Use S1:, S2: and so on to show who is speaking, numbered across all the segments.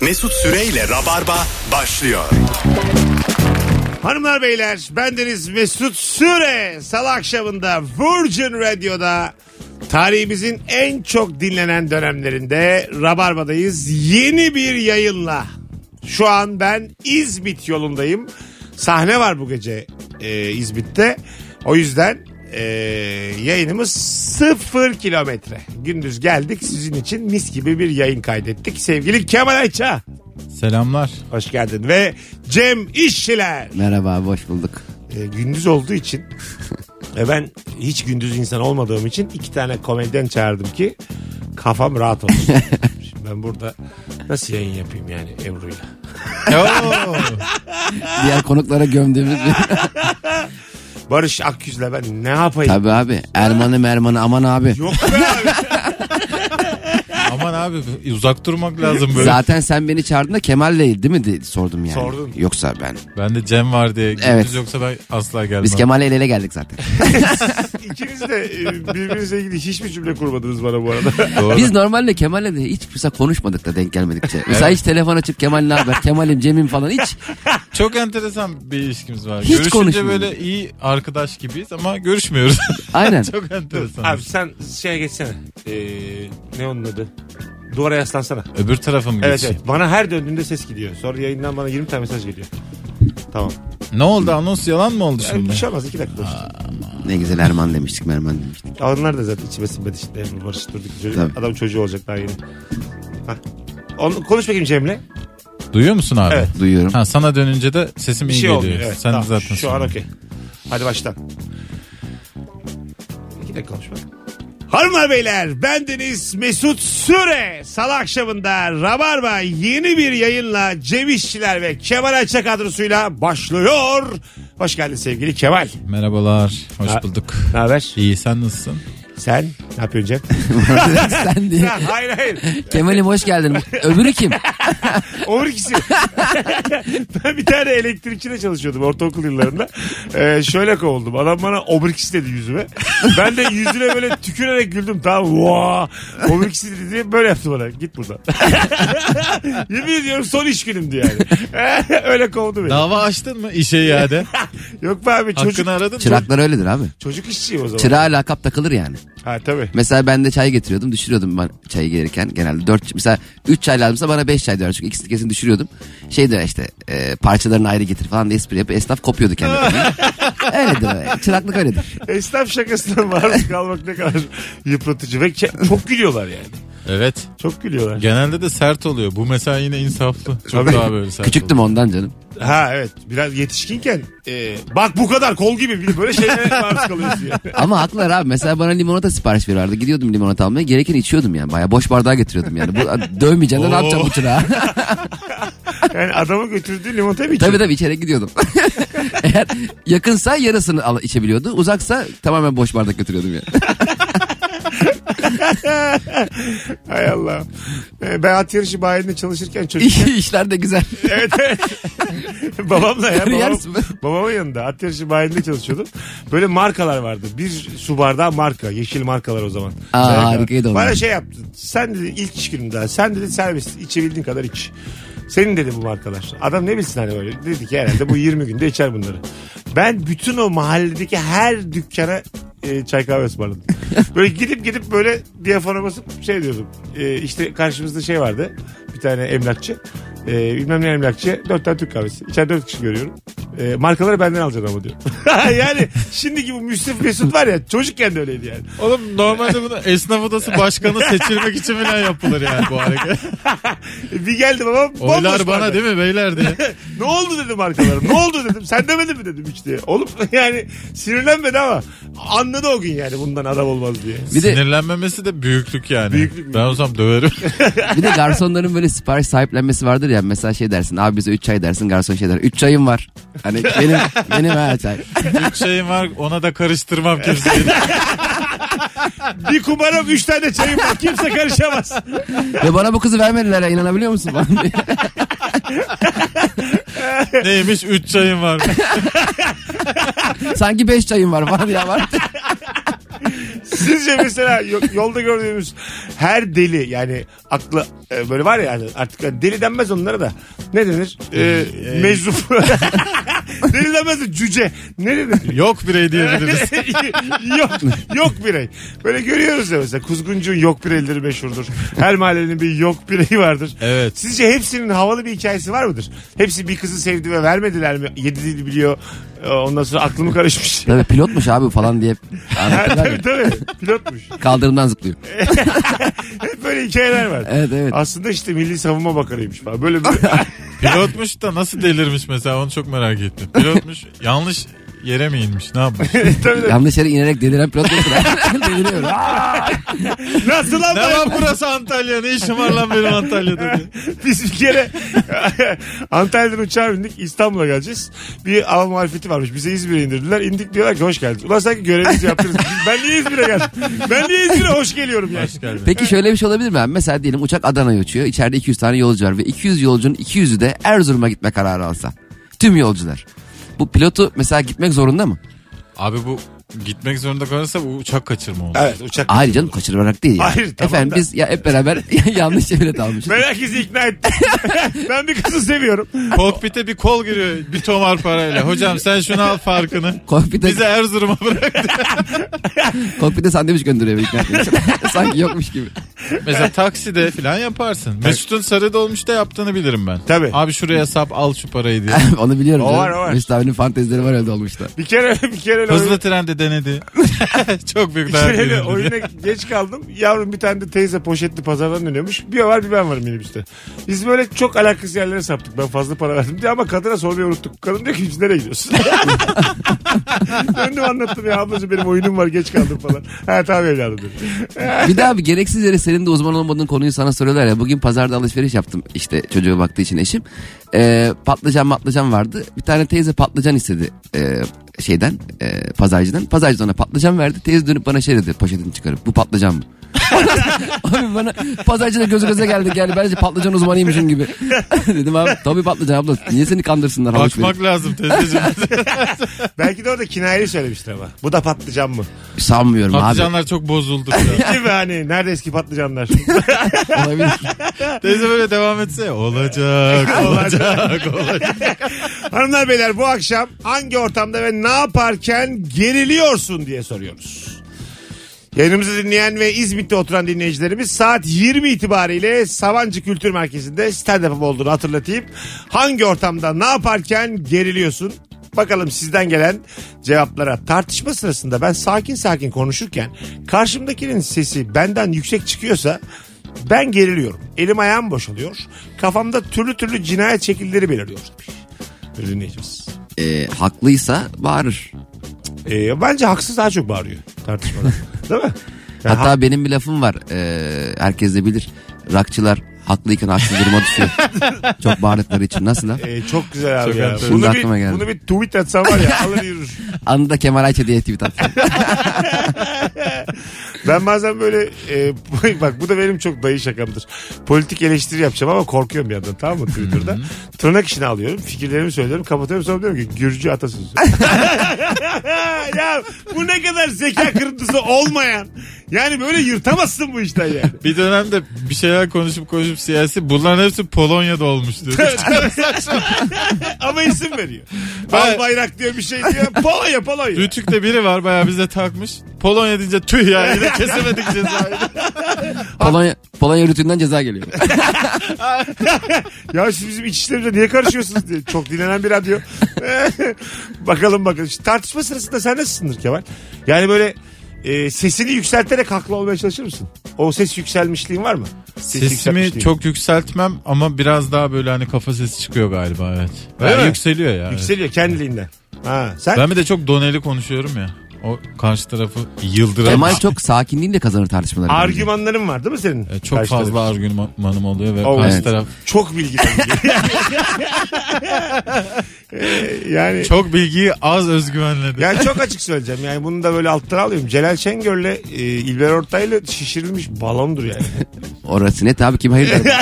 S1: Mesut Süreyle Rabarba başlıyor.
S2: Hanımlar beyler bendeniz Mesut Süre Salı akşamında Virgin Radio'da tarihimizin en çok dinlenen dönemlerinde Rabarba'dayız yeni bir yayınla. Şu an ben İzmit yolundayım. Sahne var bu gece e, İzmit'te. O yüzden e, yayınımız sıfır kilometre. Gündüz geldik sizin için mis gibi bir yayın kaydettik. Sevgili Kemal Ayça
S3: Selamlar.
S2: hoş geldin ve Cem İşçiler.
S4: Merhaba abi hoş bulduk.
S2: e, gündüz olduğu için ve ben hiç gündüz insan olmadığım için iki tane komedyen çağırdım ki kafam rahat olsun. Şimdi ben burada nasıl yayın yapayım yani Ebru'yla?
S4: Diğer konuklara gömdüğümüz bir...
S2: Barış Akyüz'le ben ne yapayım?
S4: Tabii abi Erman'ı Merman'ı aman abi.
S2: Yok be abi.
S3: Aman abi uzak durmak lazım böyle.
S4: Zaten sen beni çağırdın da Kemal değil mi diye sordum yani.
S2: Sordun.
S4: Yoksa ben.
S3: Ben de Cem var diye. Gündüz
S4: Evet.
S3: yoksa ben asla gelmem.
S4: Biz Kemal'le el ele geldik zaten.
S2: İkiniz de e, birbirinizle ilgili hiçbir cümle kurmadınız bana bu arada.
S3: Doğru.
S4: Biz normalde Kemal'le de hiç mesela konuşmadık da denk gelmedikçe. Mesela hiç telefon açıp Kemal ne haber? Kemal'im Cem'im falan hiç.
S3: Çok enteresan bir ilişkimiz var.
S4: Hiç
S3: Görüşünce
S4: konuşmuyoruz.
S3: böyle iyi arkadaş gibiyiz ama görüşmüyoruz.
S4: Aynen.
S3: Çok enteresan.
S2: abi sen şeye geçsene. E, ne onun adı? Duvara yaslansana.
S3: Öbür tarafım mı
S2: Evet
S3: geçeyim?
S2: evet. Bana her döndüğünde ses gidiyor. Sonra yayından bana 20 tane mesaj geliyor. Tamam.
S3: Ne oldu anons yalan mı oldu
S2: Yani
S3: şimdi?
S2: bir şey olmaz. 2 dakika boş.
S4: Ne güzel Erman demiştik Merman demiştik.
S2: Onlar da zaten içime sinmedi işte. Emre Barış durduk. Çocuğu,
S4: Tabii.
S2: adam çocuğu olacak daha yeni. Hah. Onu, konuş bakayım Cem'le.
S3: Duyuyor musun abi?
S2: Evet.
S4: Duyuyorum.
S3: Ha, sana dönünce de sesim
S2: Bir
S3: iyi
S2: şey
S3: geliyor.
S2: olmuyor. Evet,
S3: Sen
S2: tamam.
S3: de zaten
S2: Şu an
S3: sonra.
S2: okey. Hadi baştan. İki dakika konuş bak. Hanımlar beyler bendeniz Mesut Süre. Salı akşamında Rabarba yeni bir yayınla Cem İşçiler ve Kemal Ayça kadrosuyla başlıyor. Hoş geldin sevgili Kemal.
S3: Merhabalar. Hoş
S2: Ha-
S3: bulduk.
S2: Ne haber?
S3: İyi sen nasılsın?
S2: Sen ne yapıyorsun Cem?
S4: sen diye.
S2: Ha, hayır hayır.
S4: Kemal'im hoş geldin. Öbürü kim?
S2: Olur ikisi. ben bir tane elektrikçide çalışıyordum ortaokul yıllarında. Ee, şöyle kovuldum. Adam bana obrikisi dedi yüzüme. Ben de yüzüne böyle tükürerek güldüm. Tamam vaa. Obrikisi dedi diye böyle yaptı bana. Git buradan. Yemin ediyorum son iş günümdü yani. Öyle kovdu beni.
S3: Dava açtın mı işe iade?
S2: Yok be abi çocuk,
S3: Hakkını aradın mı?
S4: Çıraklar öyledir abi.
S2: çocuk işçiyim o zaman.
S4: Çırağa lakap takılır yani.
S2: Ha tabii.
S4: Mesela ben de çay getiriyordum düşürüyordum ben çayı gelirken genelde 4 mesela 3 çay lazımsa bana 5 çay diyorlar çünkü ikisini kesin düşürüyordum. Şey diyor işte e, parçalarını ayrı getir falan diye espri yapıp esnaf kopuyordu kendini. öyledir öyle. çıraklık öyledir.
S2: Esnaf şakasına maruz kalmak ne kadar yıpratıcı. Ve ke- çok gülüyorlar yani.
S3: Evet.
S2: Çok gülüyorlar.
S3: Genelde de sert oluyor. Bu mesela yine insaflı. Çok
S2: Tabii.
S3: daha böyle sert
S4: Küçüktüm ondan canım.
S2: Ha evet biraz yetişkinken e, bak bu kadar kol gibi bir böyle şeylere maruz kalıyorsun yani.
S4: Ama haklılar abi mesela bana limonata sipariş veriyorlardı gidiyordum limonata almaya gereken içiyordum yani baya boş bardağa getiriyordum yani. Bu, dövmeyeceğim de ne
S3: Oo.
S4: yapacağım bu çırağı.
S2: Yani adamı götürdüğü limonata mı
S4: tabii
S2: içiyorsun?
S4: tabii içeri gidiyordum. Eğer yakınsa yarısını al, içebiliyordu uzaksa tamamen boş bardak götürüyordum yani.
S2: Hay Allah. E, ben at yarışı bayinde çalışırken çocuk.
S4: İşler de güzel.
S2: evet evet. Babamla ya. Babam,
S4: Kariyer mi?
S2: babamın yanında at yarışı bayinde çalışıyordum. Böyle markalar vardı. Bir su bardağı marka. Yeşil markalar o zaman.
S4: Aa,
S2: Şarkılar.
S4: harikaydı onlar.
S2: Bana şey yaptı. Sen dedi ilk iş günüm daha. Sen dedi serbest. içebildiğin kadar iç. Senin dedi bu markalar. Adam ne bilsin hani böyle. Dedi ki herhalde bu 20 günde içer bunları. Ben bütün o mahalledeki her dükkana e, çay kahve ısmarladım. Böyle gidip gidip böyle diyafona basıp şey diyordum. E, işte karşımızda şey vardı. Bir tane emlakçı. E, bilmem ne emlakçı. Dört tane Türk kahvesi. İçeride dört kişi görüyorum. E, markaları benden alacaksın ama diyor. yani şimdiki bu Müslüm Mesut var ya çocukken de öyleydi yani.
S3: Oğlum normalde bunu esnaf odası başkanı seçilmek için falan yapılır yani bu hareket.
S2: E, bir geldim ama bomboş
S3: Oylar bana
S2: vardı.
S3: değil mi beyler diye.
S2: Ne oldu dedim arkalarım. Ne oldu dedim. Sen demedin mi dedim hiç diye. Oğlum yani sinirlenmedi ama anladı o gün yani bundan adam olmaz diye.
S4: Bir de
S3: Sinirlenmemesi de büyüklük yani.
S2: Büyüklük,
S3: ben olsam döverim.
S4: Bir de garsonların böyle sipariş sahiplenmesi vardır ya. Mesela şey dersin abi bize 3 çay dersin garson şey der. 3 çayım var. Hani benim benim her çay.
S3: Üç şeyim var ona da karıştırmam kimseyi.
S2: Bir kumarım üç tane çayım var. Kimse karışamaz.
S4: Ve bana bu kızı vermediler ya inanabiliyor musun? bana?
S3: Neymiş üç çayım var.
S4: Sanki 5 çayım var falan ya var.
S2: Sizce mesela yo- yolda gördüğümüz her deli yani aklı e, böyle var ya yani artık hani deli denmez onlara da. Ne denir? E, meczup. deli denmez de cüce. Ne denir?
S3: Yok birey diyebiliriz.
S2: yok, yok birey. Böyle görüyoruz ya mesela kuzguncuğun yok bireyleri meşhurdur. Her mahallenin bir yok bireyi vardır.
S3: Evet.
S2: Sizce hepsinin havalı bir hikayesi var mıdır? Hepsi bir kızı sevdi ve vermediler mi? Yedi dil biliyor. Ee, Ondan sonra aklımı karışmış.
S4: Tabii pilotmuş abi bu falan diye anlatırlar ya.
S2: tabii tabii. Pilotmuş.
S4: Kaldırımdan zıplıyor.
S2: Hep böyle hikayeler var.
S4: Evet evet.
S2: Aslında işte Milli Savunma Bakanıymış falan. Böyle bir...
S3: Pilotmuş da nasıl delirmiş mesela onu çok merak ettim. Pilotmuş yanlış yere mi inmiş ne yapmış?
S2: tabii, tabii.
S4: Yanlış yere inerek deliren pilot değil. Deliriyor.
S2: Nasıl
S3: ne
S2: lan?
S3: var burası Antalya ne işim var lan benim Antalya'da diye.
S2: Biz bir kere Antalya'dan uçağa bindik İstanbul'a geleceğiz. Bir av muhalefeti varmış. Bize İzmir'e indirdiler. İndik diyorlar ki hoş geldiniz. Ulan sanki görevimizi yaptınız. Ben niye İzmir'e geldim? Ben niye İzmir'e hoş geliyorum yani.
S3: Hoş geldin.
S4: Peki şöyle bir şey olabilir mi abi? Mesela diyelim uçak Adana'ya uçuyor. İçeride 200 tane yolcu var ve 200 yolcunun 200'ü de Erzurum'a gitme kararı alsa. Tüm yolcular. Bu pilotu mesela gitmek zorunda mı?
S3: Abi bu gitmek zorunda kalırsa bu uçak kaçırma olur.
S2: Evet uçak.
S4: Hayır canım kaçırarak değil ya.
S2: Hayır, tamam
S4: Efendim
S2: da-
S4: biz ya hep beraber yanlış bilet almışız.
S2: Ben herkesi ikna ettim. ben bir kızı seviyorum.
S3: Kokpite bir kol giriyor bir tomar parayla. Hocam sen şunu al farkını.
S4: Kokpite,
S3: Bizi Erzurum'a bırak.
S4: kokpite sandviç gönderiyor. bir tane. Sanki yokmuş gibi.
S3: Mesela takside falan yaparsın. Mesut'un sarı dolmuşta yaptığını bilirim ben.
S2: Tabii.
S3: Abi şuraya sap al şu parayı diye.
S4: Onu biliyorum.
S2: O
S4: canım.
S2: var, o var.
S4: Mesut abinin fantezileri var öyle olmuş da.
S2: Bir kere bir kere öyle
S3: Hızlı trende denedi. Çok büyük
S2: Bir kere
S3: dayak
S2: öyle
S3: yedim.
S2: oyuna geç kaldım. Yavrum bir tane de teyze poşetli pazardan dönüyormuş. Bir o var bir ben varım minibüste. Biz böyle çok alakasız yerlere saptık. Ben fazla para verdim diye ama kadına sormayı unuttuk. Kadın diyor ki biz nereye gidiyorsun? Döndüm anlattım ya ablacığım benim oyunum var geç kaldım falan. Ha tamam evladım dedi.
S4: Bir daha bir gereksiz yere senin de uzman olmadığın konuyu sana soruyorlar ya. Bugün pazarda alışveriş yaptım işte çocuğa baktığı için eşim. Ee, patlıcan matlıcan vardı. Bir tane teyze patlıcan istedi ee, şeyden ee, pazarcıdan. Pazarcı ona patlıcan verdi. Teyze dönüp bana şey dedi poşetini çıkarıp bu patlıcan mı? abi bana pazarcıyla göz göze geldik yani bence patlıcan uzmanıymışım gibi. Dedim abi tabii patlıcan abla niye seni kandırsınlar? alışveriş?"
S3: Bakmak lazım teyzeciğim.
S2: Belki de orada kinayeli söylemiştir ama. Bu da patlıcan mı?
S4: Sanmıyorum abi.
S3: Patlıcanlar çok bozuldu. biraz.
S2: Gibi hani nerede eski patlıcanlar?
S4: Olabilir.
S3: Teyze böyle devam etse ya, olacak olacak olacak.
S2: Hanımlar beyler bu akşam hangi ortamda ve ne yaparken geriliyorsun diye soruyoruz. Yayınımızı dinleyen ve İzmit'te oturan dinleyicilerimiz saat 20 itibariyle Sabancı Kültür Merkezi'nde stand-up'ım olduğunu hatırlatayım. Hangi ortamda ne yaparken geriliyorsun? Bakalım sizden gelen cevaplara. Tartışma sırasında ben sakin sakin konuşurken karşımdakinin sesi benden yüksek çıkıyorsa ben geriliyorum. Elim ayağım boşalıyor. Kafamda türlü türlü cinayet şekilleri beliriyor. Bir Dinleyicimiz.
S4: Ee, haklıysa bağırır.
S2: Ee, bence haksız daha çok bağırıyor tartışmada. Değil mi? Yani
S4: Hatta benim bir lafım var. Ee, herkes de bilir. Rakçılar haklıyken haksız duruma düşüyor. Çok bağırdıkları için. Nasıl lan?
S2: Ee, çok güzel abi
S3: Çok
S2: ya.
S3: enteresan.
S2: Bunu
S4: Şimdi
S2: bir,
S4: aklıma geldi.
S2: bunu bir tweet atsan var ya alır yürür.
S4: Anında Kemal Ayça diye tweet attı.
S2: Ben bazen böyle e, bak bu da benim çok dayı şakamdır. Politik eleştiri yapacağım ama korkuyorum bir yandan tamam mı Twitter'da. Tırnak işini alıyorum. Fikirlerimi söylüyorum. Kapatıyorum sonra diyorum ki Gürcü atasözü. ya bu ne kadar zeka kırıntısı olmayan. Yani böyle yırtamazsın bu işten yani.
S3: Bir dönemde bir şeyler konuşup konuşup siyasi bunların hepsi Polonya'da olmuştu.
S2: Ama isim veriyor.
S3: Ben-
S2: Bal bayrak diyor bir şey diyor. Polonya Polonya.
S3: Rütük'te biri var bayağı bize takmış. Polonya deyince tüh ya yine kesemedik cezayı.
S4: Polonya, Polonya rütünden ceza geliyor.
S2: Ya siz bizim iç işlerimize niye karışıyorsunuz diye. Çok dinlenen bir radyo. bakalım bakalım. Şu tartışma sırasında sen nasılsındır Kemal? Yani böyle e, sesini yükselterek haklı olmaya çalışır mısın? O ses yükselmişliğin var mı? Ses
S3: Sesimi
S2: yükseltmişliğin.
S3: çok yükseltmem ama biraz daha böyle hani kafa sesi çıkıyor galiba evet.
S2: Öyle
S3: Ben
S2: mi?
S3: yükseliyor ya. evet.
S2: yükseliyor kendiliğinden. Ha, sen
S3: Ben bir de çok doneli konuşuyorum ya. O karşı tarafı
S2: E,
S3: yıldıran.
S4: Kemal çok sakinliğiyle kazanır tartışmaları.
S2: argümanların var değil mi senin?
S3: E, çok
S2: Karşı
S3: fazla
S2: taraf için?
S3: argümanım oluyor ve
S2: Oh,
S3: karşı
S4: evet.
S3: taraf
S2: Çok bilgiden. Ee, yani
S3: çok bilgiyi az özgüvenle de.
S2: Yani çok açık söyleyeceğim. Yani bunu da böyle alttan alıyorum. Celal Şengör'le e, İlber Ortaylı şişirilmiş balondur yani.
S4: O Orası net abi kim hayır der.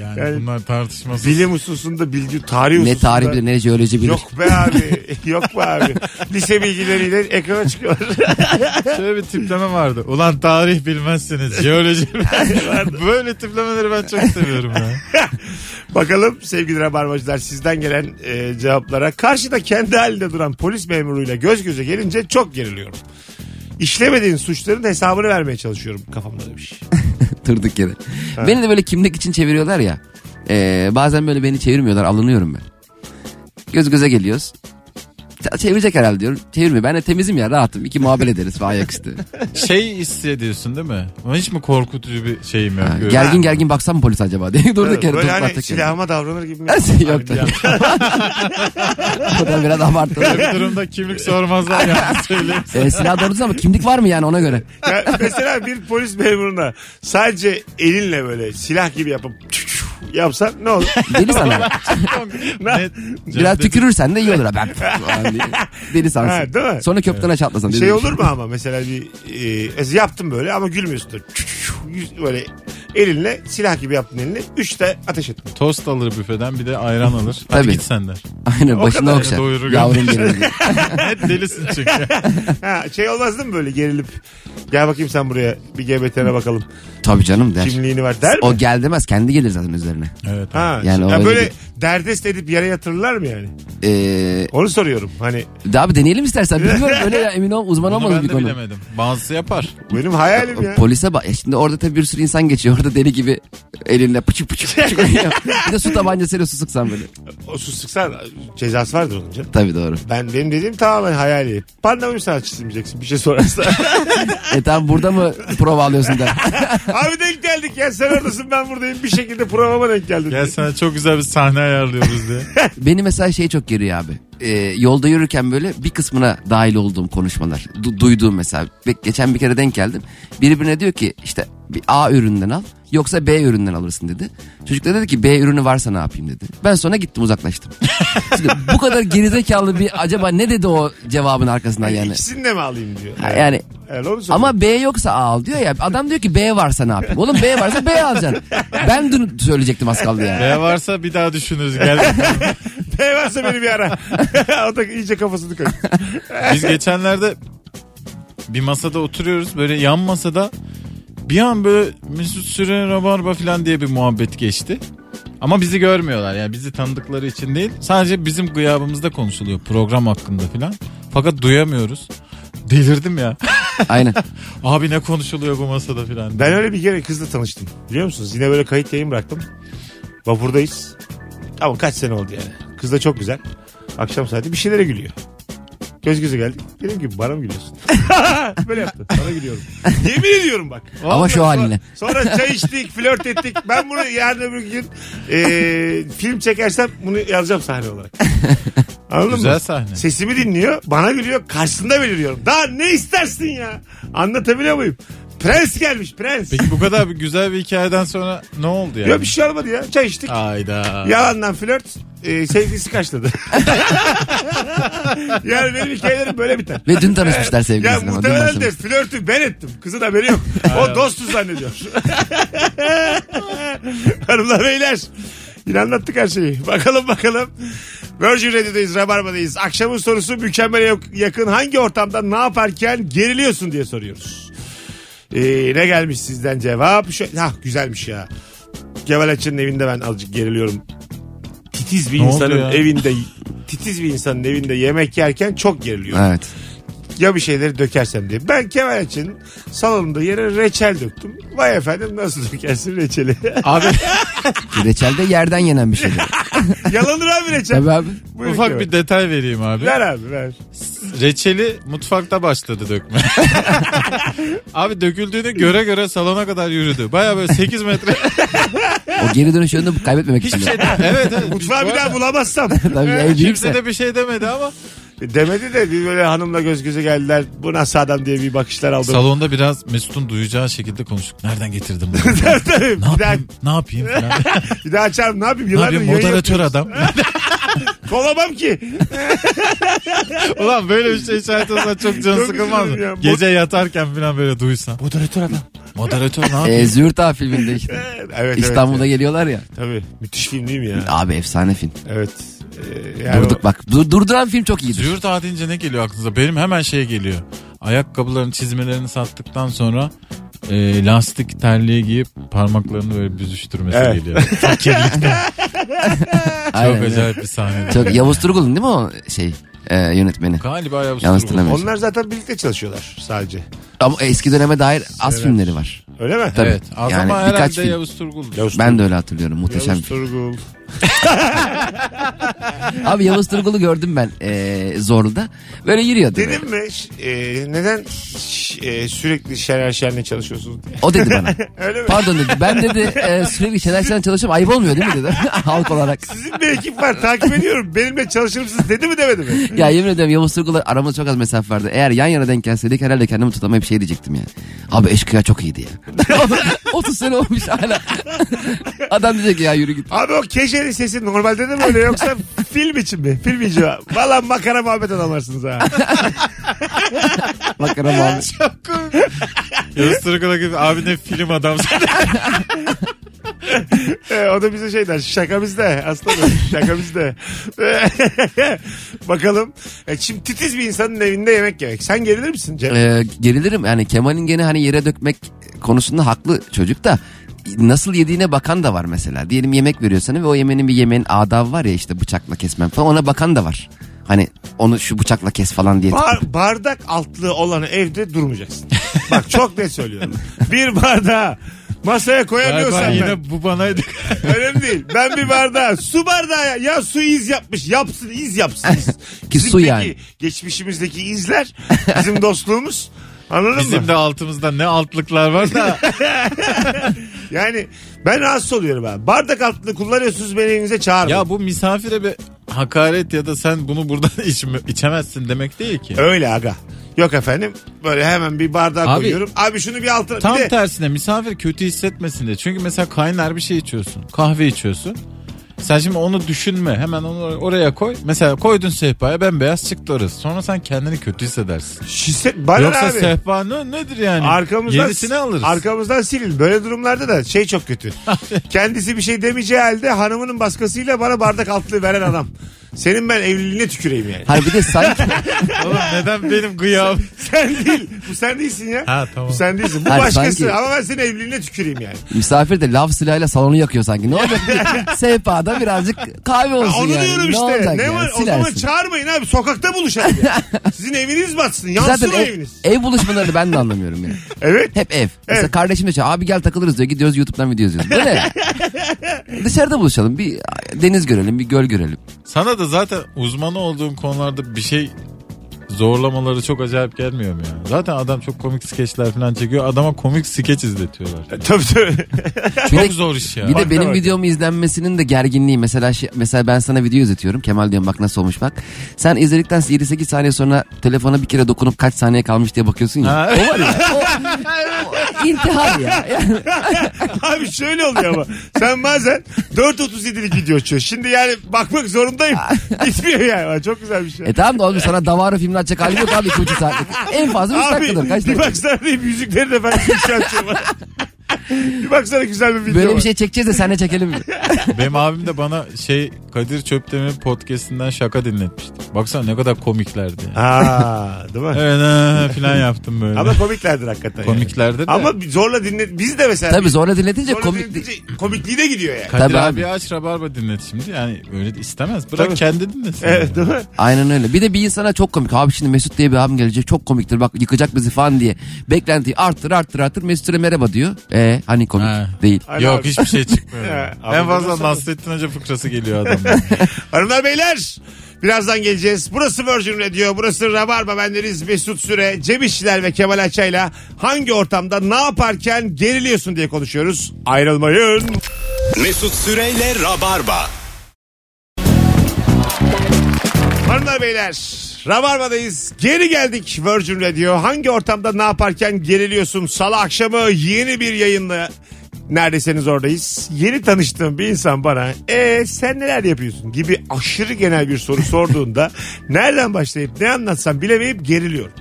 S3: Yani,
S2: Yani-
S3: bunlar tartışmasız.
S2: Bilim hususunda bilgi, tarih
S4: ne
S2: hususunda.
S4: tarih bilir ne jeoloji bilir.
S2: Yok be abi. Yok be abi. Lise bilgileriyle ekrana çıkıyor.
S3: Şöyle bir tipleme vardı. Ulan tarih bilmezsiniz. Jeoloji bilmezsiniz. Böyle tiplemeleri ben çok seviyorum ya.
S2: Bakalım sevgili rabarbacılar sizden gelen e, cevaplara. Karşıda kendi halinde duran polis memuruyla göz göze gelince çok geriliyorum. İşlemediğin suçların hesabını vermeye çalışıyorum kafamda demiş.
S4: Tırdık yere. Beni de böyle kimlik için çeviriyorlar ya. Ee, bazen böyle beni çevirmiyorlar alınıyorum ben. Göz göze geliyoruz. Ta- Çevirecek herhalde diyorum. Çevirmiyor. Ben de temizim ya rahatım. İki muhabbet ederiz falan yakıştı.
S3: Şey hissediyorsun değil mi? Ama hiç mi korkutucu bir şeyim yok?
S4: Ha,
S3: Böyle-
S4: gergin gergin baksam mı polis acaba diye. Durduk yere
S2: Böyle
S4: toplar
S2: hani
S4: tek yere.
S2: silahıma davranır gibi mi? Hani
S4: Yok
S2: Abi,
S4: tabii. O da biraz abartılıyor.
S3: Böyle bir durumda kimlik sormazlar yani söyleyeyim.
S4: Ee, silah doğrusu ama kimlik var mı yani ona göre?
S2: ya mesela bir polis memuruna sadece elinle böyle silah gibi yapıp çuf çuf yapsan ne olur?
S4: Deli sana.
S3: Net-
S4: Biraz
S3: Cevdet-
S4: tükürürsen de iyi olur. ha, Ben falan diye. deli sansın.
S2: Ha, değil mi?
S4: Sonra köftene çatlasan.
S2: şey olur mu ama mesela bir e, yaptım böyle ama gülmüyorsun. da çuf çuf yüz- Böyle elinle silah gibi yaptın elini. Üçte ateş ettin.
S3: Tost alır büfeden bir de ayran alır. Hadi
S4: Tabii.
S3: git sen der.
S4: Aynen başına
S3: kadar
S4: okşar.
S3: doyurur
S4: Yavrum
S3: gönder.
S4: benim. diye.
S3: Net delisin çünkü.
S2: Ha, şey olmaz değil mi böyle gerilip gel bakayım sen buraya bir GBT'ne bakalım
S4: Tabii canım der.
S2: kimliğini var der mi?
S4: O gel demez kendi gelir zaten üzerine.
S3: Evet.
S2: Ha,
S4: Yani
S2: ya
S4: o öyle
S2: böyle
S4: değil.
S2: derdest edip yere yatırırlar mı yani?
S4: Ee,
S2: Onu soruyorum. Hani
S4: daha bir deneyelim istersen. Bilmiyorum öyle ya, emin ol uzman
S3: Bunu
S4: olmadım
S3: ben
S4: bir
S3: de
S4: konu.
S3: bilemedim. Bazısı yapar.
S2: benim hayalim ya.
S4: Polise bak. ya Şimdi orada tabii bir sürü insan geçiyor. Orada deli gibi elinle pıçık pıçık pıçık oynuyor. bir de su tabancasıyla su sıksan böyle.
S2: O sus sıksan cezası vardır onun canım.
S4: Tabii doğru.
S2: Ben benim dediğim tamamen hayali. Pandemi sanatçısı diyeceksin bir şey sorarsa.
S4: E tamam burada mı prova alıyorsun der.
S2: Abi denk geldik ya sen oradasın ben buradayım bir şekilde provama denk geldin.
S3: Gel sana çok güzel bir sahne ayarlıyoruz diye.
S4: Beni mesela şey çok geriyor abi. Ee, yolda yürürken böyle bir kısmına dahil olduğum konuşmalar. Du- duyduğum mesela. Ve geçen bir kere denk geldim. Biri birine diyor ki işte bir A üründen al yoksa B üründen alırsın dedi. Çocuk da dedi ki B ürünü varsa ne yapayım dedi. Ben sonra gittim uzaklaştım. Şimdi bu kadar gerizekalı bir acaba ne dedi o cevabın arkasından
S2: yani.
S4: yani.
S2: İkisini de mi alayım diyor.
S4: Ha, yani
S2: Yani onu soruyorum.
S4: ama B yoksa A al diyor ya. Adam diyor ki B varsa ne yapayım? Oğlum B varsa B alacaksın. Ben dün söyleyecektim az kaldı yani.
S3: B varsa bir daha düşünürüz. Gel.
S2: P varsa beni bir ara. o da iyice kafasını koy.
S3: Biz geçenlerde bir masada oturuyoruz böyle yan masada bir an böyle Mesut Süre Rabarba falan diye bir muhabbet geçti. Ama bizi görmüyorlar yani bizi tanıdıkları için değil. Sadece bizim gıyabımızda konuşuluyor program hakkında falan. Fakat duyamıyoruz. Delirdim ya.
S4: Aynen.
S3: Abi ne konuşuluyor bu masada falan.
S2: Ben öyle bir kere kızla tanıştım. Biliyor musunuz? Yine böyle kayıt yayın bıraktım. Vapurdayız. Ama kaç sene oldu yani. Kız da çok güzel. Akşam saati bir şeylere gülüyor. Göz göze geldik. Dedim ki bana mı gülüyorsun? böyle yaptı. Bana gülüyorum. Yemin ediyorum bak.
S4: Ama şu
S2: Ondan
S4: haline.
S2: Sonra, sonra çay içtik, flört ettik. Ben bunu yarın öbür gün e, film çekersem bunu yazacağım sahne olarak. Anladın mı?
S3: Güzel sahne.
S2: Sesimi dinliyor, bana gülüyor, karşısında beliriyorum. Daha ne istersin ya? Anlatabiliyor muyum? Prens gelmiş, prens.
S3: Peki bu kadar bir güzel bir hikayeden sonra ne oldu yani?
S2: Yok bir şey olmadı ya. Çay içtik.
S3: Ayda.
S2: Yalandan flört. E, sevgilisi kaçladı. yani benim hikayelerim böyle biter.
S4: Ve dün tanışmışlar
S2: Ya
S4: sevgilisiyle. ama dün
S2: muhtemelen
S4: başlamış.
S2: de flörtü ben ettim. Kızın haberi yok. o dostu zannediyor. Hanımlar beyler. Yine anlattık her şeyi. Bakalım bakalım. Virgin Radio'dayız, Rabarba'dayız. Akşamın sorusu mükemmele yok- yakın hangi ortamda ne yaparken geriliyorsun diye soruyoruz. Ee, ne gelmiş sizden cevap? Şu, ha güzelmiş ya. Kemal Açı'nın evinde ben azıcık geriliyorum. Titiz bir
S3: Ne oldu
S2: insanın
S3: ya?
S2: evinde titiz bir insanın evinde yemek yerken çok geriliyorum
S4: Evet.
S2: ya bir şeyleri dökersem diye. Ben Kemal için salonumda yere reçel döktüm. Vay efendim nasıl dökersin reçeli?
S3: Abi
S4: Reçel de yerden yenen bir şey.
S2: Yalanır abi reçel.
S4: Tabii abi.
S2: Buyurun
S3: ufak
S2: Kemal.
S3: bir detay vereyim abi.
S2: Ver abi ver.
S3: Reçeli mutfakta başladı dökme. Abi döküldüğünü göre göre salona kadar yürüdü. Baya böyle 8 metre
S4: O geri dönüş yönünü kaybetmemek için.
S3: hiçbir şey de- Evet evet.
S2: Mutfağı
S3: Bu
S2: bir
S3: arada
S2: daha bulamazsam. E,
S4: Tabii en büyükse.
S3: Kimse de bir şey demedi ama.
S2: Demedi de bir böyle hanımla göz göze geldiler. Bu nasıl adam diye bir bakışlar aldım.
S3: Salonda biraz Mesut'un duyacağı şekilde konuştuk. Nereden getirdim bunu?
S2: Tabii,
S3: ne
S2: bir, daha,
S3: yapayım? Ne yapayım? falan.
S2: bir daha açarım ne yapayım?
S3: Ne
S2: Yıllardır
S3: yapayım?
S2: yayın yok.
S3: Moderatör adam.
S2: Kolamam ki.
S3: Ulan böyle bir şey şahit olsa çok can
S2: Çok
S3: sıkılmaz
S2: üzülürüm ya.
S3: mı? Gece yatarken falan böyle duysan.
S2: Moderatör adam.
S3: Moderatör ne
S4: E,
S3: yapıyor?
S4: Züğürt Ağa filminde işte.
S2: Evet, evet,
S4: İstanbul'da
S2: evet.
S4: geliyorlar ya.
S2: Tabii. Müthiş film değil mi ya?
S4: Abi efsane film.
S2: Evet. Ee, yani o-
S4: Durduk bak. Dur, durduran film çok iyidir.
S3: Züğürt Ağa deyince ne geliyor aklınıza? Benim hemen şey geliyor. Ayakkabıların çizmelerini sattıktan sonra e, lastik terliği giyip parmaklarını böyle büzüştürmesi
S2: Evet.
S3: geliyor. Çok kirlikten. Çok
S4: Aynen,
S3: acayip bir sahne.
S4: Çok Yavuz Turgul'un değil mi o şey e, yönetmeni?
S3: Galiba Yavuz
S4: Yalnız
S3: Turgul.
S4: hatırlamıyorum.
S2: Onlar zaten birlikte çalışıyorlar sadece.
S4: Ama eski döneme dair az filmleri var.
S2: Öyle mi?
S4: Tabii.
S3: Evet. Az
S4: Yani
S3: ama
S4: birkaç
S3: herhalde
S4: film.
S3: Yavuz Turgul.
S2: Yavuz
S4: Ben de öyle hatırlıyorum.
S2: Yavuz
S4: Muhteşem bir film.
S2: Turgul.
S4: Abi Yavuz Turgul'u gördüm ben e, Zorlu'da. Böyle yürüyordu. böyle.
S2: Dedim mi ş- e, neden ş- e, sürekli Şener Şen'le çalışıyorsunuz diye.
S4: O dedi bana.
S2: Öyle mi?
S4: Pardon dedi. Ben dedi e, sürekli şeyler şeyler çalışıyorum. Ayıp olmuyor değil mi dedi. Halk olarak.
S2: Sizin bir ekip var takip ediyorum. Benimle çalışır mısınız dedi mi demedi mi?
S4: Ya yemin ediyorum Yavuz Turgul'la aramızda çok az mesafe vardı. Eğer yan yana denk gelseydik herhalde kendimi tutamayıp şey diyecektim ya. Abi eşkıya çok iyiydi ya. 30 sene olmuş hala. Adam diyecek ya yürü git.
S2: Abi o keşenin sesi normalde de mi öyle yoksa film için mi? Film için mi? Valla makara muhabbet adamlarsınız ha.
S4: Makara muhabbet.
S3: Yavuz Turgul'a gibi abi ne film adam
S2: E, o da bize şey der şaka bizde aslanım şaka bizde. Bakalım. E, şimdi titiz bir insanın evinde yemek yemek. Sen gelir misin Cem?
S4: Ee, gerilirim yani Kemal'in gene hani yere dökmek konusunda haklı çocuk da nasıl yediğine bakan da var mesela. Diyelim yemek veriyor sana ve o yemenin bir yemeğin adabı var ya işte bıçakla kesmem falan ona bakan da var. Hani onu şu bıçakla kes falan diye.
S2: Bar- bardak altlığı olan evde durmayacaksın. Bak çok net söylüyorum. Bir bardağı masaya koyamıyorsan ben.
S3: yine bu banaydı.
S2: Önemli değil. Ben bir bardağı su bardağı ya, ya su iz yapmış. Yapsın iz yapsın. iz.
S4: Ki su
S2: Bizimdeki,
S4: yani.
S2: Geçmişimizdeki izler bizim dostluğumuz. Anladın mı?
S3: Bizim de altımızda ne altlıklar var da.
S2: Yani ben rahatsız oluyorum abi. Bardak altlığı kullanıyorsunuz beni evinize çağırmayın.
S3: ya bu misafire bir hakaret ya da sen bunu buradan içme, içemezsin demek değil ki.
S2: Öyle aga. Yok efendim böyle hemen bir bardağa
S3: Abi-
S2: koyuyorum. Abi şunu bir altına.
S3: Tam
S2: bir de,
S3: tersine misafir kötü hissetmesin diye. Çünkü mesela kaynar bir şey içiyorsun. Kahve içiyorsun. Sen şimdi onu düşünme. Hemen onu or- oraya koy. Mesela koydun sehpaya bembeyaz çıktı orası. Sonra sen kendini kötü hissedersin.
S2: şişe, bana ne
S3: Yoksa
S2: abi.
S3: sehpa ne, nedir yani?
S2: Arkamızdan,
S3: Yenisini alırız.
S2: arkamızdan silin. Böyle durumlarda da şey çok kötü. Kendisi bir şey demeyeceği halde hanımının baskısıyla bana bardak altlığı veren adam. Senin ben evliliğine tüküreyim yani.
S4: Hayır bir de sanki
S3: Oğlum neden benim gıyam?
S2: sen değil. Bu sen değilsin ya.
S3: ha tamam.
S2: Bu sen değilsin. Bu
S4: Hayır,
S2: başkası.
S4: sanki-
S2: Ama ben senin evliliğine tüküreyim yani.
S4: misafir de lav silahıyla salonu yakıyor sanki. Ne olacak? Sehpada birazcık kahve olsun
S2: Onu
S4: yani.
S2: diyorum
S4: Ne
S2: işte.
S4: olacak
S2: Ne,
S4: yani?
S2: var? O zaman
S4: Silersin.
S2: çağırmayın abi. Sokakta buluşalım. ya. Sizin eviniz batsın. Yansın
S4: Zaten e-
S2: o
S4: ev,
S2: eviniz.
S4: ev buluşmalarını ben de anlamıyorum yani.
S2: Evet.
S4: Hep ev. Mesela
S2: Evet.
S4: kardeşim de şey, abi gel takılırız diyor. Gidiyoruz YouTube'dan video izliyoruz. Bu ne? Dışarıda buluşalım. Bir deniz görelim, bir göl görelim.
S3: Sana da zaten uzmanı olduğun konularda bir şey zorlamaları çok acayip gelmiyor mu ya? Zaten adam çok komik skeçler falan çekiyor. Adama komik skeç izletiyorlar.
S4: e-
S2: Tabii tabii.
S3: Çok zor iş ya.
S4: Bir de benim
S2: bak.
S4: videomu izlenmesinin de gerginliği. Mesela şey, mesela ben sana video izletiyorum. Kemal diyorum bak nasıl olmuş bak. Sen izledikten 7-8 saniye sonra telefona bir kere dokunup kaç saniye kalmış diye bakıyorsun ya.
S3: Ha.
S4: O var ya. O, o intihar ya. Yani
S2: Abi şöyle oluyor ama. Sen bazen 4.37'lik video açıyor. Şimdi yani bakmak zorundayım. Bitmiyor yani. Çok güzel bir şey.
S4: E tamam da oğlum sana davarı filmini açacak halim yok abi 2,5 saatlik. En fazla 3
S2: Abi
S4: dakikadır. Kaç
S2: bir
S4: dakika?
S2: baksana deyip yüzükleri de ben bir şey açıyorum. bir baksana güzel bir video
S4: Böyle
S2: var.
S4: bir şey çekeceğiz de senle çekelim. mi?
S3: Benim abim de bana şey Kadir Çöptemir'in podcastinden şaka dinletmişti. Baksana ne kadar komiklerdi. Yani.
S2: Aa, değil mi?
S3: Evet ha, falan yaptım böyle.
S2: Ama komiklerdir hakikaten. yani.
S3: Komiklerdi de.
S2: Ama zorla dinlet. Biz de mesela.
S4: Tabii zorla dinletince
S2: zorla
S4: komik.
S2: dinletince komikliği de gidiyor yani.
S3: Kadir
S4: Tabii abi.
S3: abi. aç rabarba dinlet şimdi. Yani öyle de istemez. Bırak
S2: Tabii.
S3: kendi dinlesin.
S2: Evet değil mi?
S4: Aynen öyle. Bir de bir insana çok komik. Abi şimdi Mesut diye bir abim gelecek çok komiktir bak yıkacak bizi falan diye. Beklentiyi arttır arttır arttır Mesut'e merhaba diyor. E hani komik
S3: Ha.
S4: değil.
S2: Aynen
S3: Yok
S2: abi.
S3: hiçbir şey çıkmıyor.
S2: Ya, abi
S3: en fazla
S2: dinlesene.
S3: Nasrettin Hoca fıkrası geliyor adamdan.
S2: Hanımlar beyler birazdan geleceğiz. Burası Virgin Radio, burası Rabarba. Bendeniz Mesut Süre, Cem İşçiler ve Kemal Açay'la hangi ortamda ne yaparken geriliyorsun diye konuşuyoruz. Ayrılmayın.
S1: Mesut Süreyle Rabarba.
S2: Hanımlar beyler Rabarba'dayız. Geri geldik Virgin Radio. Hangi ortamda ne yaparken geriliyorsun? Salı akşamı yeni bir yayınla neredeseniz oradayız. Yeni tanıştığım bir insan bana e sen neler yapıyorsun gibi aşırı genel bir soru sorduğunda nereden başlayıp ne anlatsam bilemeyip geriliyorum.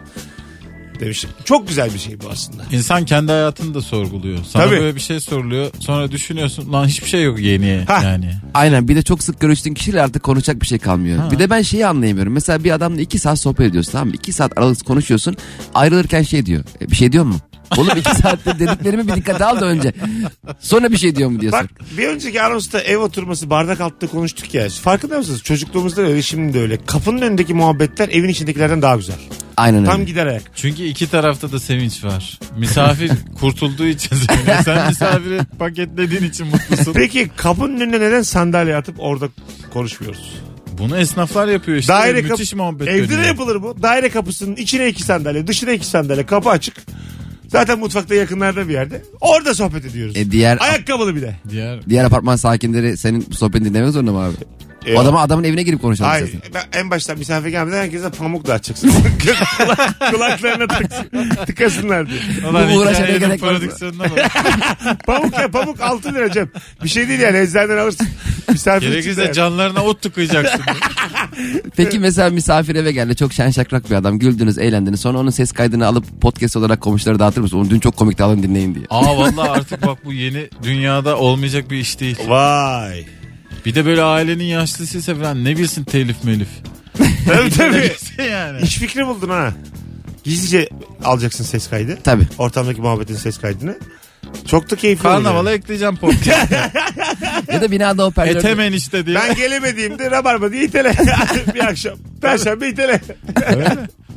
S2: demiş. Çok güzel bir şey bu aslında.
S3: İnsan kendi hayatını da sorguluyor. Sana
S2: Tabii.
S3: böyle bir şey soruluyor. Sonra düşünüyorsun lan hiçbir şey yok yeniye
S2: Ha.
S3: yani.
S4: Aynen bir de çok sık görüştüğün kişiyle artık konuşacak bir şey kalmıyor. Bir de ben şeyi anlayamıyorum. Mesela bir adamla iki saat sohbet ediyorsun tamam mı? İki saat aralıksız konuşuyorsun. Ayrılırken şey diyor. E, bir şey diyor mu? Oğlum iki saatte dediklerimi bir dikkate al da önce. Sonra bir şey diyor mu diyorsun.
S2: Bak bir önceki anonsta ev oturması bardak altında konuştuk ya. Farkında mısınız? Çocukluğumuzda öyle şimdi de öyle. Kapının önündeki muhabbetler evin içindekilerden daha güzel.
S4: Aynen
S2: Tam
S4: öyle.
S2: gider ayak.
S3: Çünkü iki tarafta da sevinç var. Misafir kurtulduğu için seviniyor. Sen misafiri paketlediğin için mutlusun.
S2: Peki kapının önüne neden sandalye atıp orada konuşmuyoruz?
S3: Bunu esnaflar yapıyor işte.
S2: Daire kapı-
S3: Müthiş muhabbet
S2: Evde
S3: dönüyor.
S2: de yapılır bu. Daire kapısının içine iki sandalye, dışına iki sandalye, kapı açık. Zaten mutfakta yakınlarda bir yerde. Orada sohbet ediyoruz.
S4: E, diğer
S2: Ayakkabılı bir de.
S3: Diğer
S4: diğer apartman sakinleri senin bu sohbetini dinlemek zorunda mı abi? O adama adamın evine girip konuşalım
S2: Hayır.
S4: istersen.
S2: Ben en baştan misafir gelmeden herkese pamuk dağıtacaksın. Kulak- kulaklarına taksın. Tıkasınlar diye.
S3: Ulan
S4: Bu uğraşa
S3: hikayenin
S4: ne gerek var?
S3: prodüksiyonuna bak.
S2: Pamuk ya pamuk altın lira Cem. Bir şey değil yani eczaneden alırsın. Misafir için de-
S3: Gerekirse canlarına ot tıkayacaksın.
S4: Peki mesela misafir eve geldi çok şen şakrak bir adam güldünüz eğlendiniz sonra onun ses kaydını alıp podcast olarak komşulara dağıtır mısın? Onu dün çok komikti alın dinleyin diye.
S3: Aa vallahi artık bak bu yeni dünyada olmayacak bir iş değil.
S2: Vay.
S3: Bir de böyle ailenin yaşlısıysa falan ne bilsin telif melif.
S2: Tabii
S3: Ne
S2: tabii.
S3: bilsin yani.
S2: İş fikri buldun ha. Gizlice alacaksın ses kaydı.
S4: Tabii.
S2: Ortamdaki muhabbetin ses kaydını. Çok da keyifli olur
S3: Karnavala
S2: yani.
S3: ekleyeceğim podcast.
S4: Ya da binada hoparlörde.
S3: Etemen işte diye.
S2: Ben gelemediğimde rabarba diye itele. bir akşam. Perşembe itele.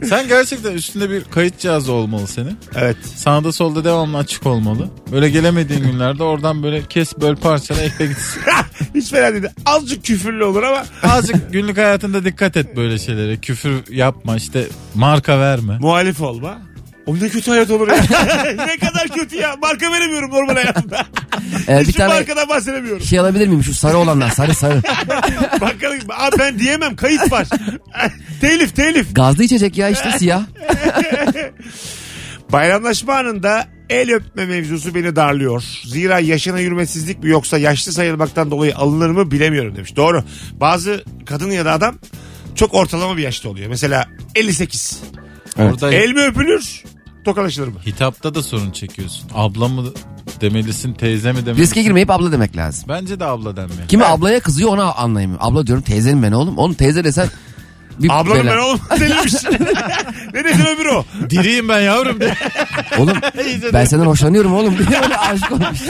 S3: Sen gerçekten üstünde bir kayıt cihazı olmalı senin.
S2: Evet.
S3: Sağda solda devamlı açık olmalı. Böyle gelemediğin günlerde oradan böyle kes böl parçala ekle gitsin.
S2: Hiç fena değil. Azıcık küfürlü olur ama
S3: Azıcık günlük hayatında dikkat et böyle şeylere. Küfür yapma işte marka verme.
S2: muhalif olma. O ne kötü hayat olur ya. ne kadar kötü ya. Marka veremiyorum normal hayatımda.
S4: Ee, bir
S2: Hiçbir
S4: tane
S2: markadan bahsedemiyorum.
S4: şey alabilir miyim? Şu sarı olanlar sarı sarı.
S2: Bakalım. Abi ben diyemem. Kayıt var. telif telif.
S4: Gazlı içecek ya işte siyah.
S2: Bayramlaşma anında el öpme mevzusu beni darlıyor. Zira yaşına yürümesizlik mi yoksa yaşlı sayılmaktan dolayı alınır mı bilemiyorum demiş. Doğru. Bazı kadın ya da adam çok ortalama bir yaşta oluyor. Mesela 58.
S3: Orada
S2: El mi öpülür? Tokalaşılır mı?
S3: hitapta da sorun çekiyorsun. Abla mı demelisin teyze mi demelisin?
S4: Riske girmeyip abla demek lazım.
S3: Bence de abla denme.
S4: Kimi ablaya kızıyor ona anlayamıyorum. Abla diyorum teyzenim ben oğlum. Oğlum teyze desen bir
S2: Ablanın
S4: bela.
S2: ben oğlum delirmiş. ne dedin öbür o?
S3: Diriyim ben yavrum de.
S4: Oğlum ben senden hoşlanıyorum oğlum. Bir de öyle aşık olmuş.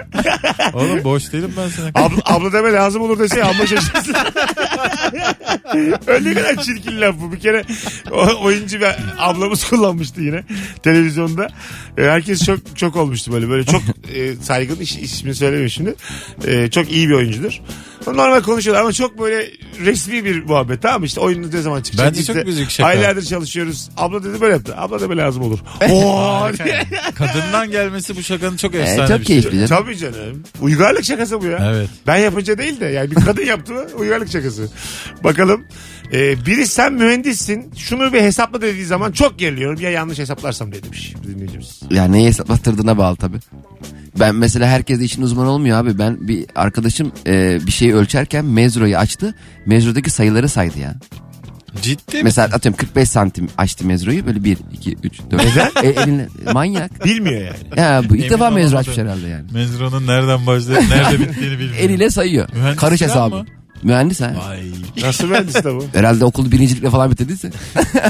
S3: Oğlum boş değilim ben sana.
S2: Abla, abla deme lazım olur dese abla şaşırsın. Öyle kadar çirkin laf bu. Bir kere o, oyuncu bir ablamız kullanmıştı yine televizyonda. E, herkes çok çok olmuştu böyle. Böyle çok e, saygın iş, ismini söylemiyor şimdi. E, çok iyi bir oyuncudur. Normal konuşuyorlar ama çok böyle resmi bir muhabbet tamam mı? İşte oyununuz ne zaman çıkacak?
S3: Bence
S2: Biz
S3: çok
S2: de
S3: büyük şaka.
S2: Aylardır çalışıyoruz. Abla dedi böyle yaptı. Abla deme lazım olur. Oo, diye.
S3: Kadından gelmesi bu şakanın çok
S4: Ee,
S3: efsane
S4: çok
S3: bir şey.
S4: keyifli. canım.
S2: Tabii canım. Uygarlık şakası bu ya.
S3: Evet.
S2: Ben yapınca değil de yani bir kadın yaptı mı uygarlık şakası. Bakalım. Ee, biri sen mühendissin şunu bir hesapla dediği zaman çok geriliyorum ya yanlış hesaplarsam diye demiş dinleyicimiz.
S4: Ya neyi hesaplattırdığına bağlı tabii. Ben mesela herkes de işin uzmanı olmuyor abi. Ben bir arkadaşım e, bir şeyi ölçerken mezroyu açtı. Mezrodaki sayıları saydı ya.
S3: Ciddi mi?
S4: Mesela atıyorum 45 santim açtı mezroyu. Böyle 1, 2, 3, 4. Neden? E, elinle, manyak.
S2: Bilmiyor yani.
S4: Ya bu ilk
S3: Emin
S4: defa mezro
S3: olamadı.
S4: açmış herhalde yani.
S3: Mezronun nereden başlayıp nerede bittiğini bilmiyorum.
S4: Eliyle sayıyor.
S3: Mühendis
S4: Karış
S3: falan
S4: hesabı.
S3: mı?
S4: Mühendis ha.
S3: Ay.
S2: Nasıl mühendis de bu?
S4: Herhalde okulu birincilikle falan bitirdiyse.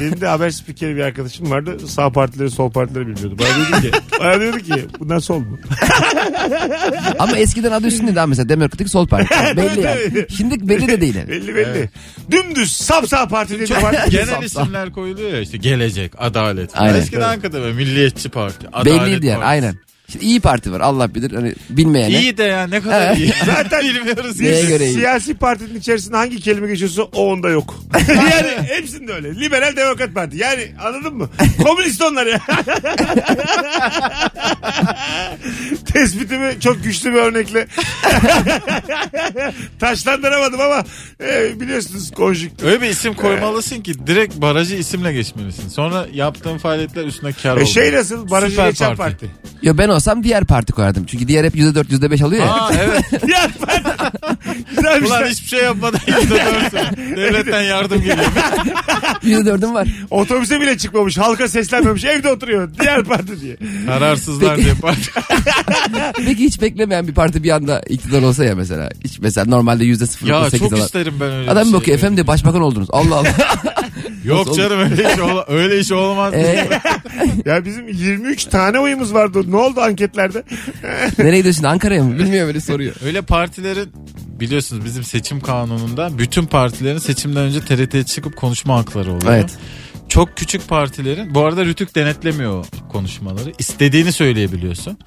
S2: Benim de haber spikeri bir arkadaşım vardı. Sağ partileri sol partileri bilmiyordu. Bana diyordu ki, bana diyordu ki bunlar sol mu?
S4: Ama eskiden adı üstünde daha mesela Demokratik Sol Parti. belli yani. Şimdi belli de değil. yani.
S2: Belli belli. Dümdüz sap sağ parti diye bir parti.
S3: Genel isimler koyuluyor ya işte gelecek, adalet.
S4: Aynen.
S3: Eskiden Ankara'da böyle milliyetçi parti. Adalet
S4: Belliydi yani
S3: Partisi.
S4: aynen. Şimdi iyi parti var Allah bilir hani bilmeyene.
S3: İyi de ya ne kadar iyi.
S2: Zaten-
S3: bilmiyoruz.
S4: Neye
S3: hiç.
S4: göre iyi?
S2: Siyasi partinin içerisinde hangi kelime geçiyorsa o onda yok. yani hepsinde öyle. Liberal Demokrat Parti. Yani anladın mı? Komünist onlar ya. Tespitimi çok güçlü bir örnekle taşlandıramadım ama e, biliyorsunuz konjüktür.
S3: Öyle bir isim koymalısın ki direkt barajı isimle geçmelisin. Sonra yaptığın faaliyetler üstüne kar
S2: E
S3: oldu.
S2: şey nasıl? Barajı
S3: Süper
S2: geçen parti.
S4: Ya ben olsam diğer parti koyardım. Çünkü diğer hep %4 %5 alıyor ya.
S3: Aa evet.
S2: Ya ben... Güzel bir
S3: Ulan
S2: şey.
S3: hiçbir şey yapmadan %4'sün. Devletten yardım geliyor.
S4: %4'üm var.
S2: Otobüse bile çıkmamış. Halka seslenmemiş. Evde oturuyor. Diğer parti diye.
S3: Kararsızlar diye parti.
S4: Peki hiç beklemeyen bir parti bir anda iktidar olsa ya mesela. Hiç mesela normalde
S3: Ya
S4: %0.8
S3: çok
S4: olan.
S3: isterim ben öyle
S4: Adam
S3: bir
S4: bir
S3: şey.
S4: bakıyor efendim de başbakan oldunuz. Allah Allah.
S3: Yok canım öyle iş, ola- öyle iş olmaz.
S4: Ee,
S2: Ya bizim 23 tane oyumuz vardı. Ne oldu anketlerde?
S4: nereye gidiyorsun Ankara'ya mı? Bilmiyor böyle soruyor.
S3: Öyle partilerin biliyorsunuz bizim seçim kanununda bütün partilerin seçimden önce TRT'ye çıkıp konuşma hakları oluyor.
S4: Evet.
S3: Çok küçük partilerin bu arada Rütük denetlemiyor o konuşmaları. İstediğini söyleyebiliyorsun.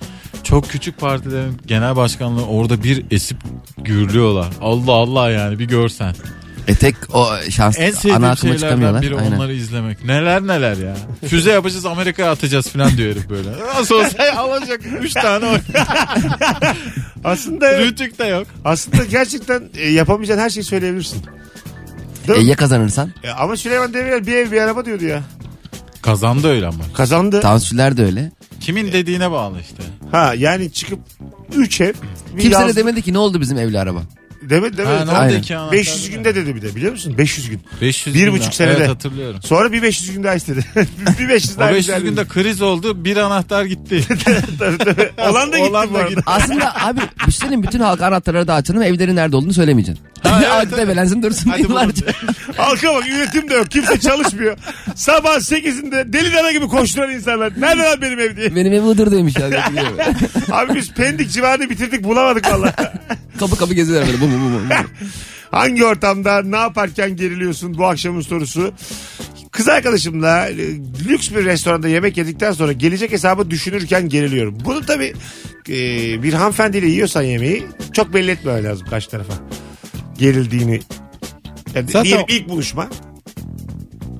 S3: Çok küçük partilerin genel başkanlığı orada bir esip gürlüyorlar. Allah Allah yani bir görsen.
S4: E tek o şans
S3: En
S4: ana
S3: sevdiğim
S4: akıma
S3: şeylerden
S4: çıkamıyorlar.
S3: biri
S4: Aynen.
S3: onları izlemek. Neler neler ya. Füze yapacağız Amerika'ya atacağız falan diyor herif böyle. Nasıl olsa alacak 3 tane oy.
S2: Aslında evet.
S3: Rütük de yok.
S2: Aslında gerçekten e, yapamayacağın her şeyi söyleyebilirsin.
S4: E, ya kazanırsan?
S2: E, ama Süleyman Demirel bir ev bir araba diyordu ya.
S3: Kazandı öyle ama.
S2: Kazandı.
S4: Tansürler de öyle.
S3: Kimin dediğine bağlı işte.
S2: Ha yani çıkıp 3 ev. bir
S4: Kimse
S2: yaz-
S4: de demedi ki ne oldu bizim evli araba.
S2: Demedi demedi.
S3: Ha,
S2: Tamam.
S4: Aynen.
S3: nerede ki anahtar?
S2: 500 günde dedi bir de biliyor musun? 500 gün.
S3: 500
S2: Bir
S3: günde.
S2: buçuk senede.
S3: Evet hatırlıyorum.
S2: Sonra bir 500 gün daha istedi. bir 500
S3: O
S2: daha
S3: 500
S2: güzel dedi.
S3: günde kriz oldu bir anahtar gitti.
S2: Olan da gitti
S3: Olan
S2: bu
S3: da
S2: arada.
S3: gitti.
S4: Aslında abi bir şey diyeyim, bütün halka anahtarları dağıtacağım ama evlerin nerede olduğunu söylemeyeceksin.
S3: Ha, evet,
S4: Artık
S3: evet.
S4: ebelensin dursun
S3: Hadi
S4: yıllarca.
S2: Halka bak üretim de yok. Kimse çalışmıyor. Sabah 8'inde deli dana gibi koşturan insanlar. Nerede lan benim ev diye.
S4: Benim evim Iğdır'daymış ya. götürüyor böyle.
S2: Abi biz pendik civarını bitirdik bulamadık valla.
S4: kapı kapı geziyorlar böyle. Bu, bu, bu, bu.
S2: Hangi ortamda ne yaparken geriliyorsun bu akşamın sorusu. Kız arkadaşımla e, lüks bir restoranda yemek yedikten sonra gelecek hesabı düşünürken geriliyorum. Bunu tabii e, bir hanımefendiyle yiyorsan yemeği çok belli etmemen lazım karşı tarafa. Gerildiğini. Yani
S3: Zaten-
S2: diyelim ilk buluşma.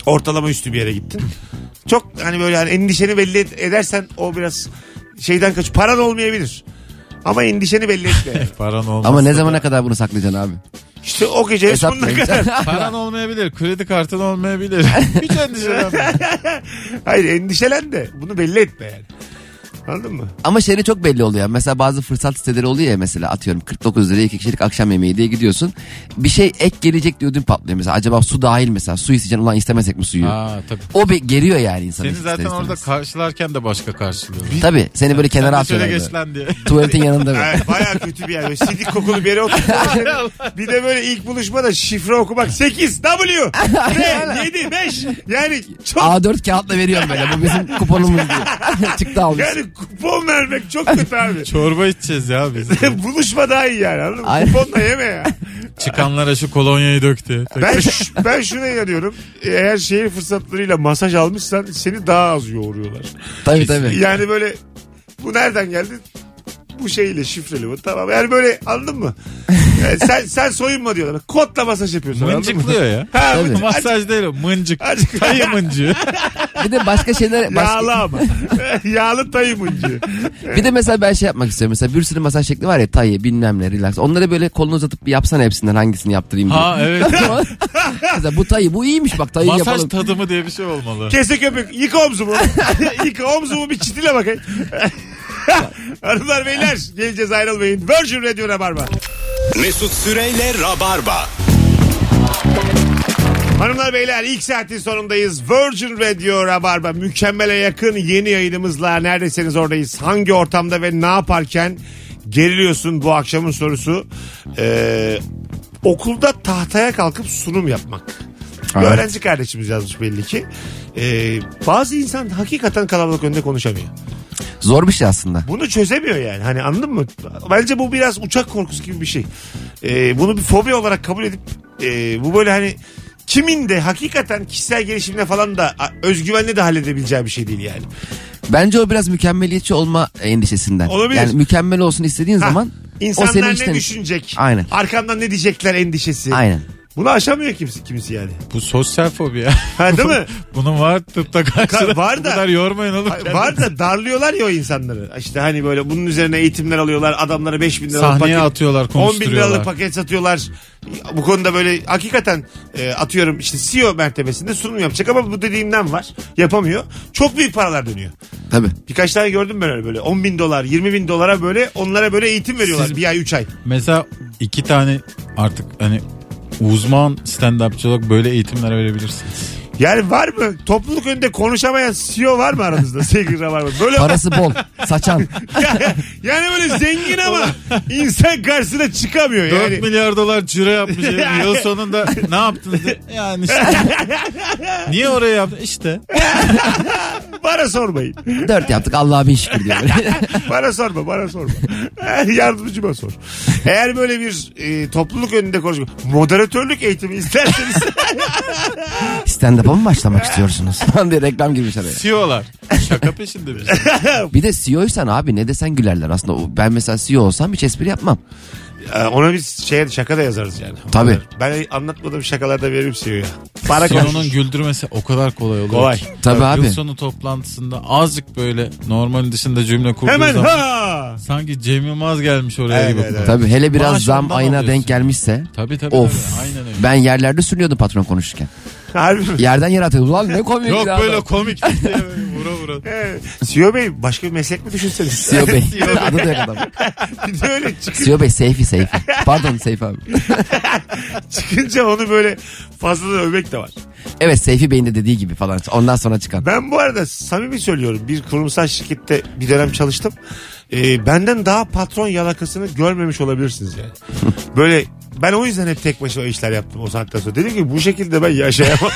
S2: Ortalama üstü bir yere gittin. Çok hani böyle hani endişeni belli et- edersen o biraz şeyden kaç paran olmayabilir. Ama endişeni belli etme. yani.
S3: Paran olmaz.
S4: Ama ne zamana kadar bunu saklayacaksın abi?
S2: İşte o
S3: E,
S2: gece
S4: Hesap
S2: sonuna kadar.
S3: Paran olmayabilir. Kredi kartın olmayabilir. Hiç endişelenme.
S2: Hayır endişelen de bunu belli etme yani. Anladın mı?
S4: Ama şeyde çok belli oluyor. Mesela bazı fırsat siteleri oluyor ya mesela atıyorum 49 liraya iki kişilik akşam yemeği diye gidiyorsun. Bir şey ek gelecek diye ödün patlıyor mesela. Acaba su dahil mesela su isteyeceksin ulan istemesek mi suyu?
S3: Aa tabii.
S4: O be- geriyor yani insanı.
S3: Seni
S4: Hani ister
S3: zaten
S4: istemez.
S3: orada karşılarken de başka karşılıyor.
S4: Tabii seni böyle
S3: Sen
S4: kenara
S3: de şöyle
S4: atıyorlar. böyle.
S3: geç lan diye.
S4: Tuvaletin yanında böyle.
S2: Evet, Baya kötü bir yer. Böyle sidik kokulu bir yere oturtmuş. bir de böyle ilk buluşmada şifre okumak. 8 W T 7 5 yani çok
S4: A4 kağıtla veriyorum böyle. Bu bizim kuponumuz diye. Çıktı almış.
S2: yani kupon vermek çok kötü abi.
S3: Çorba içeceğiz ya biz.
S2: Buluşma daha iyi yani anladın mı?
S4: Aynen.
S2: Kuponla yeme ya.
S3: Çıkanlara şu kolonyayı döktü.
S2: Ben, ş- ben şuna inanıyorum. Eğer şehir fırsatlarıyla masaj almışsan seni daha az yoğuruyorlar.
S4: Tabii tabii.
S2: Yani böyle bu nereden geldi? Bu şeyle şifreli bu tamam. Yani böyle anladın mı? Yani sen sen soyunma diyorlar. Kodla masaj yapıyorsun. anladın mı?
S3: Mıncıklıyor ya.
S2: Ha,
S4: Tabii.
S2: mıncık.
S3: Masaj değil o mıncık.
S2: Acık-
S3: Kayı mıncığı.
S4: Bir de başka şeyler... başka-
S2: Yağlı ama. Yağlı tayı mıncı.
S4: Bir de mesela ben şey yapmak istiyorum. Mesela bir sürü masaj şekli var ya. Tayye bilmem ne relax. Onları böyle kolunu uzatıp bir yapsana hepsinden hangisini yaptırayım diye.
S3: Ha evet.
S4: mesela bu tayı bu iyiymiş bak tayı
S3: Masaj
S4: yapalım.
S3: tadımı diye bir şey olmalı.
S2: Kese köpük. Yıka omzumu. Yıka omzumu bir çitile bakayım. Hanımlar beyler geleceğiz ayrılmayın. Virgin Radio Rabarba.
S1: Mesut Süreyle Rabarba.
S2: Hanımlar beyler ilk saatin sonundayız. Virgin Radio Rabarba mükemmele yakın yeni yayınımızla neredeseniz oradayız. Hangi ortamda ve ne yaparken geriliyorsun bu akşamın sorusu. Ee, okulda tahtaya kalkıp sunum yapmak. Bir
S4: Evet.
S2: Öğrenci kardeşimiz yazmış belli ki. Ee, bazı insan hakikaten kalabalık önünde konuşamıyor.
S4: Zor bir şey aslında.
S2: Bunu çözemiyor yani. Hani anladın mı? Bence bu biraz uçak korkusu gibi bir şey. Ee, bunu bir fobi olarak kabul edip e, bu böyle hani kimin de hakikaten kişisel gelişimle falan da a- özgüvenle de halledebileceği bir şey değil yani.
S4: Bence o biraz mükemmeliyetçi olma endişesinden.
S2: Olabilir.
S4: Yani mükemmel olsun istediğin
S2: Ha,
S4: zaman o
S2: İnsanlar
S4: seni
S2: ne
S4: içten...
S2: düşünecek?
S4: Aynen.
S2: Arkamdan ne diyecekler endişesi.
S4: Aynen.
S2: Bunu aşamıyor kimse, kimse yani.
S3: Bu sosyal fobi ya.
S2: Ha değil mi?
S3: Bunun var tıpta karşılığı.
S2: Ka- var
S3: Bu
S2: da-
S3: kadar yormayın oğlum.
S2: Ay, Var da darlıyorlar ya o insanları. İşte hani böyle bunun üzerine eğitimler alıyorlar. Adamlara 5 bin liralık
S3: Sahneye
S2: paket.
S3: atıyorlar
S2: 10 bin
S3: konuşturuyorlar.
S2: liralık paket satıyorlar. Bu konuda böyle hakikaten e, atıyorum işte CEO mertebesinde sunum yapacak ama bu dediğimden var. Yapamıyor. Çok büyük paralar dönüyor.
S4: Tabii.
S2: Birkaç tane gördüm ben öyle böyle 10 bin dolar 20 bin dolara böyle onlara böyle eğitim veriyorlar
S3: Siz-
S2: bir ay 3 ay.
S3: Mesela iki tane artık hani uzman stand-upçı olarak böyle eğitimler verebilirsiniz.
S2: Yani var mı topluluk önünde konuşamayan CEO var mı aranızda sevgili var mı? Böyle
S4: Parası bol. Saçan.
S2: yani böyle zengin ama insan karşısına çıkamıyor
S3: 4
S2: yani.
S3: milyar dolar ciro yapmış. herif. Yıl sonunda ne yaptınız? diye. Yani işte. Niye oraya yaptın? İşte.
S2: Bana sormayın.
S4: Dört yaptık Allah'a bin şükür diyor.
S2: Bana sorma bana sorma. Yardımcıma sor. Eğer böyle bir e, topluluk önünde konuşma. Moderatörlük eğitimi isterseniz.
S4: Stand-up'a mı başlamak istiyorsunuz? Tam diye reklam girmiş araya.
S3: CEO'lar. Şaka peşinde biz.
S4: Bir de CEO'ysan abi ne desen gülerler aslında. O- Ben mesela CEO olsam hiç espri yapmam.
S2: Ee, Ona biz şey, şaka da yazarız yani.
S4: Tabii.
S2: Ben anlatmadığım şakalarda veririm CEO'ya. Para
S3: CEO'nun
S2: konuşur.
S3: güldürmesi o kadar kolay oluyor.
S2: Kolay.
S3: ki.
S4: Tabii abi.
S3: Yıl sonu toplantısında azıcık böyle normalin dışında cümle kurduğu
S2: Hemen
S3: zaman
S2: ha.
S3: sanki Cem Yılmaz gelmiş oraya
S2: Evet,
S3: gibi.
S2: evet, evet.
S4: Tabii hele biraz
S3: Maaş
S4: zam
S3: ondan
S4: ayına
S3: alıyorsun.
S4: denk gelmişse.
S3: Tabii tabii.
S4: Of.
S3: tabii. Aynen öyle.
S4: Ben yerlerde sürünüyordum patron konuşurken.
S2: Harbi mi?
S4: Yerden yere atıyordum. Ulan ne komik
S3: Yok
S4: ya.
S3: böyle komik
S2: şey.
S3: diye vura vura.
S2: Ee, CEO Bey başka bir meslek mi düşünseniz?
S4: CEO Bey. Adı da yok adam.
S2: bir de öyle çık-
S4: CEO Bey Seyfi Seyfi. Pardon Seyfi abi.
S2: çıkınca onu böyle fazla da övmek de var.
S4: Evet Seyfi Bey'in de dediği gibi falan. Ondan sonra çıkan.
S2: Ben bu arada samimi söylüyorum bir kurumsal şirkette bir dönem çalıştım. Ee, benden daha patron yalakasını görmemiş olabilirsiniz yani. Böyle ben o yüzden hep tek başıma işler yaptım o saatten sonra. Dedim ki bu şekilde ben yaşayamam.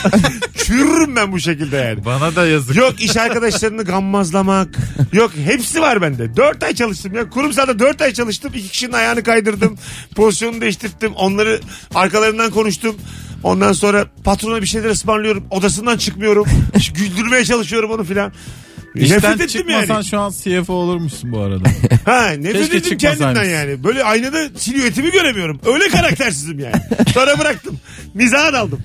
S2: Çürürüm ben bu şekilde yani.
S3: Bana da yazık.
S2: Yok iş arkadaşlarını gammazlamak. Yok hepsi var bende. Dört ay çalıştım ya. Kurumsalda dört ay çalıştım. İki kişinin ayağını kaydırdım. Pozisyonu değiştirdim. Onları arkalarından konuştum. Ondan sonra patrona bir şeyler ısmarlıyorum. Odasından çıkmıyorum. Güldürmeye çalışıyorum onu filan.
S3: İşten
S2: nefret ettim
S3: çıkmasan
S2: yani.
S3: şu an CFO olurmuşsun bu arada.
S2: Ha, nefret
S3: Keşke
S2: ettim
S3: çıkmasaymış.
S2: kendimden yani. Böyle aynada silüetimi göremiyorum. Öyle karaktersizim yani. Sonra bıraktım. Mizaha daldım.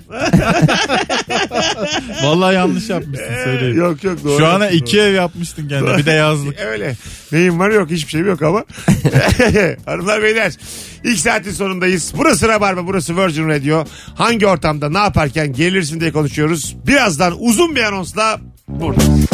S3: Vallahi yanlış yapmışsın söyleyeyim.
S2: Ee, yok yok doğru.
S3: Şu ana
S2: Doğru.
S3: iki ev yapmıştın kendine. Bir de yazlık.
S2: Öyle. Neyim var yok hiçbir şeyim yok ama. Hanımlar beyler ilk saatin sonundayız. Burası Rabarba burası Virgin Radio. Hangi ortamda ne yaparken gerilirsin diye konuşuyoruz. Birazdan uzun bir anonsla buradayız.